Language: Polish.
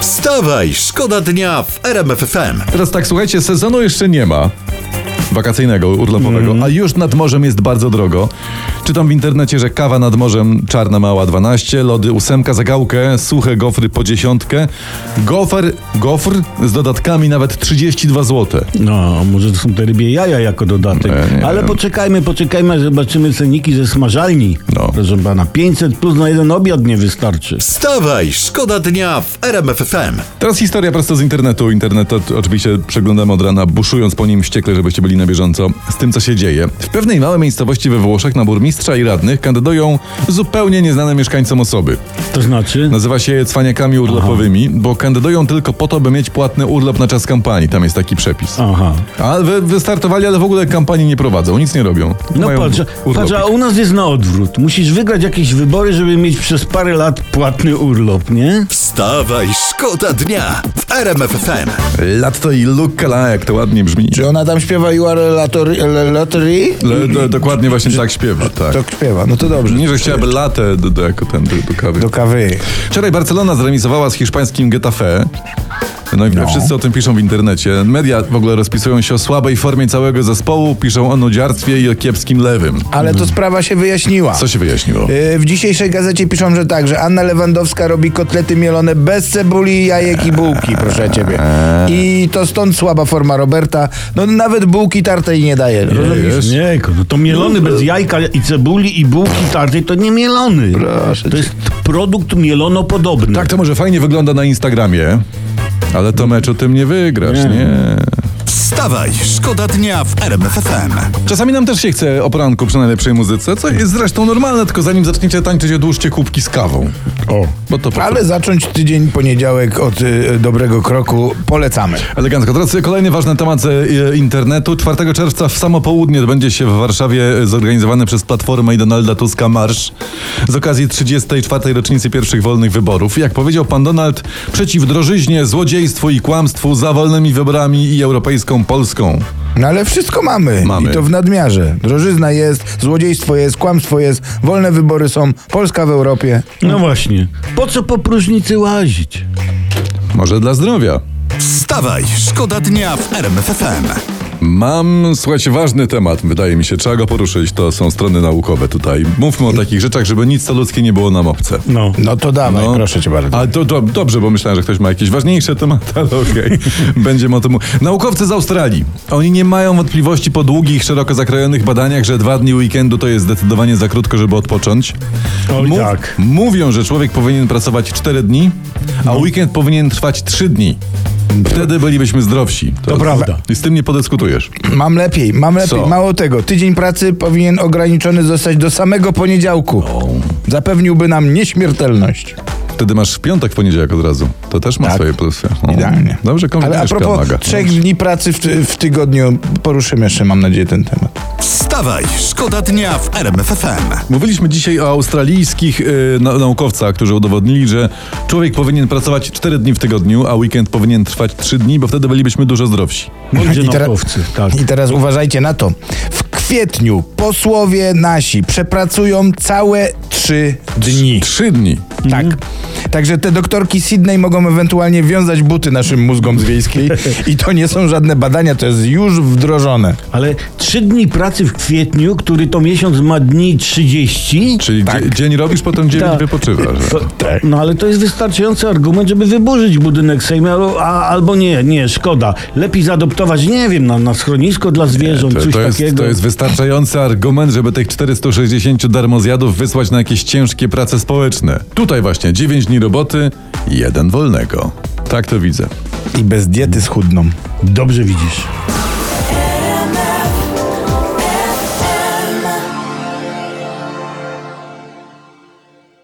Wstawaj, szkoda dnia w RMFFM. Teraz tak, słuchajcie, sezonu jeszcze nie ma. Wakacyjnego, urlopowego, a już nad morzem jest bardzo drogo. Czytam w internecie, że kawa nad morzem czarna mała 12, lody ósemka za gałkę, suche gofry po dziesiątkę, gofer, gofr z dodatkami nawet 32 zł. No, może to są te rybie jaja jako dodatek. No, Nie, nie Ale wiem. poczekajmy, poczekajmy, zobaczymy ceniki ze smażalni. No. Proszę pana, 500 plus na jeden obiad nie wystarczy. Wstawaj, szkoda dnia w RMFFM. Teraz historia prosto z internetu. Internet o- oczywiście przeglądamy od rana, buszując po nim wściekle, żebyście byli na bieżąco z tym, co się dzieje. W pewnej małej miejscowości we Włoszech na burmistrza i radnych kandydują zupełnie nieznane mieszkańcom osoby. To znaczy? Nazywa się je cwaniakami urlopowymi, bo kandydują tylko po to, by mieć płatny urlop na czas kampanii. Tam jest taki przepis. Aha. A wy, wystartowali, ale w ogóle kampanii nie prowadzą, nic nie robią. No Mają patrz, urlopik. patrz, a u nas jest na odwrót. Musisz wygrać jakieś wybory, żeby mieć przez parę lat płatny urlop, nie? Wstawaj, szkoda dnia w RMFFM. Latto i Lukala, jak to ładnie brzmi. Czy ona tam śpiewa You are a lottery? a lottery? Le, do, dokładnie właśnie tak śpiewa, tak. Tak śpiewa, no to dobrze. Nie, że chciałaby latę do, do, jako ten do, do kawy. Do kawy. Wczoraj Barcelona zremisowała z hiszpańskim Getafe. No i wszyscy o tym piszą w internecie. Media w ogóle rozpisują się o słabej formie całego zespołu, piszą o nudziarstwie i o kiepskim lewym. Ale to sprawa się wyjaśniła. Co się wyjaśniło? Y, W dzisiejszej gazecie piszą, że tak, że Anna Lewandowska robi kotlety mielone bez cebuli, jajek i bułki, proszę ciebie. Eee. I to stąd słaba forma Roberta. No nawet bułki tartej nie daje. rozumiesz? Wiesz? Nie, no to mielony bez jajka i cebuli i bułki tartej to nie mielony. Proszę to jest produkt mielonopodobny. Tak to może fajnie wygląda na Instagramie, ale to mecz o tym nie wygrasz, nie. Wstawaj, szkoda dnia w RMFFM. Czasami nam też się chce o poranku przy najlepszej muzyce, co jest zresztą normalne, tylko zanim zaczniecie tańczyć, odłóżcie kubki z kawą. O. Bo to po Ale zacząć tydzień poniedziałek od y, y, dobrego kroku polecamy. Elegancko. Teraz kolejny ważny temat z e, internetu. 4 czerwca w samo południe odbędzie się w Warszawie e, zorganizowany przez Platformę i Donalda Tuska marsz z okazji 34. rocznicy pierwszych wolnych wyborów. Jak powiedział pan Donald, przeciw drożyźnie, złodziejstwu i kłamstwu za wolnymi wyborami i europejską Polską. No ale wszystko mamy. Mamy. I to w nadmiarze. Drożyzna jest, złodziejstwo jest, kłamstwo jest, wolne wybory są, Polska w Europie. No właśnie. Po co po próżnicy łazić? Może dla zdrowia. Wstawaj, szkoda dnia w RMFFM. Mam, słuchajcie, ważny temat, wydaje mi się. Trzeba go poruszyć. To są strony naukowe tutaj. Mówmy o takich rzeczach, żeby nic co ludzkie nie było nam obce. Mm. No. No to dawaj, No. proszę cię bardzo. Ale to do, dobrze, bo myślałem, że ktoś ma jakieś ważniejsze tematy, ale okej. Będziemy o tym mówić. Naukowcy z Australii. Oni nie mają wątpliwości po długich, szeroko zakrojonych badaniach, że dwa dni weekendu to jest zdecydowanie za krótko, żeby odpocząć. Oj, tak. Mówią, że człowiek powinien pracować cztery dni, a No. weekend powinien trwać trzy dni. Wtedy bylibyśmy zdrowsi. To, prawda. I z tym nie podyskutujesz. Mam lepiej, mam lepiej. Co? Mało tego, tydzień pracy powinien ograniczony zostać do samego poniedziałku. Zapewniłby nam nieśmiertelność. Wtedy masz w piątek, w poniedziałek od razu. To też ma swoje plusy. O. Tak, Idealnie. Dobrze, Ale kombinujesz a propos kamaga. trzech dni pracy w, ty- w tygodniu, poruszymy jeszcze, mam nadzieję, ten temat. Wstawaj, szkoda dnia w RMFFM. Mówiliśmy dzisiaj o australijskich y, na, naukowcach, którzy udowodnili, że człowiek powinien pracować 4 dni w tygodniu, a weekend powinien trwać 3 dni, bo wtedy bylibyśmy dużo zdrowsi. Mądrzy I teraz- naukowcy, tak. I teraz uważajcie na to. W kwietniu posłowie nasi przepracują całe trzy dni. 3 dni. Tak. Także te doktorki Sydney mogą ewentualnie wiązać buty naszym mózgom z wiejskiej i to nie są żadne badania, to jest już wdrożone. Ale trzy dni pracy w kwietniu, który to miesiąc ma dni 30. Czyli Tak. dzie, dzień robisz, potem dzień Tak. wypoczywasz. To, tak. no ale to jest wystarczający argument, żeby wyburzyć budynek Sejmu, albo- a, albo nie, nie, szkoda. Lepiej zaadoptować, nie wiem, na, na schronisko dla zwierząt, To, coś to, jest, takiego. to jest wystarczający argument, żeby tych 460 darmozjadów wysłać na jakieś ciężkie prace społeczne. Tutaj właśnie 9 dni roboty, jeden wolnego. Tak to widzę. I bez diety schudną. Dobrze widzisz.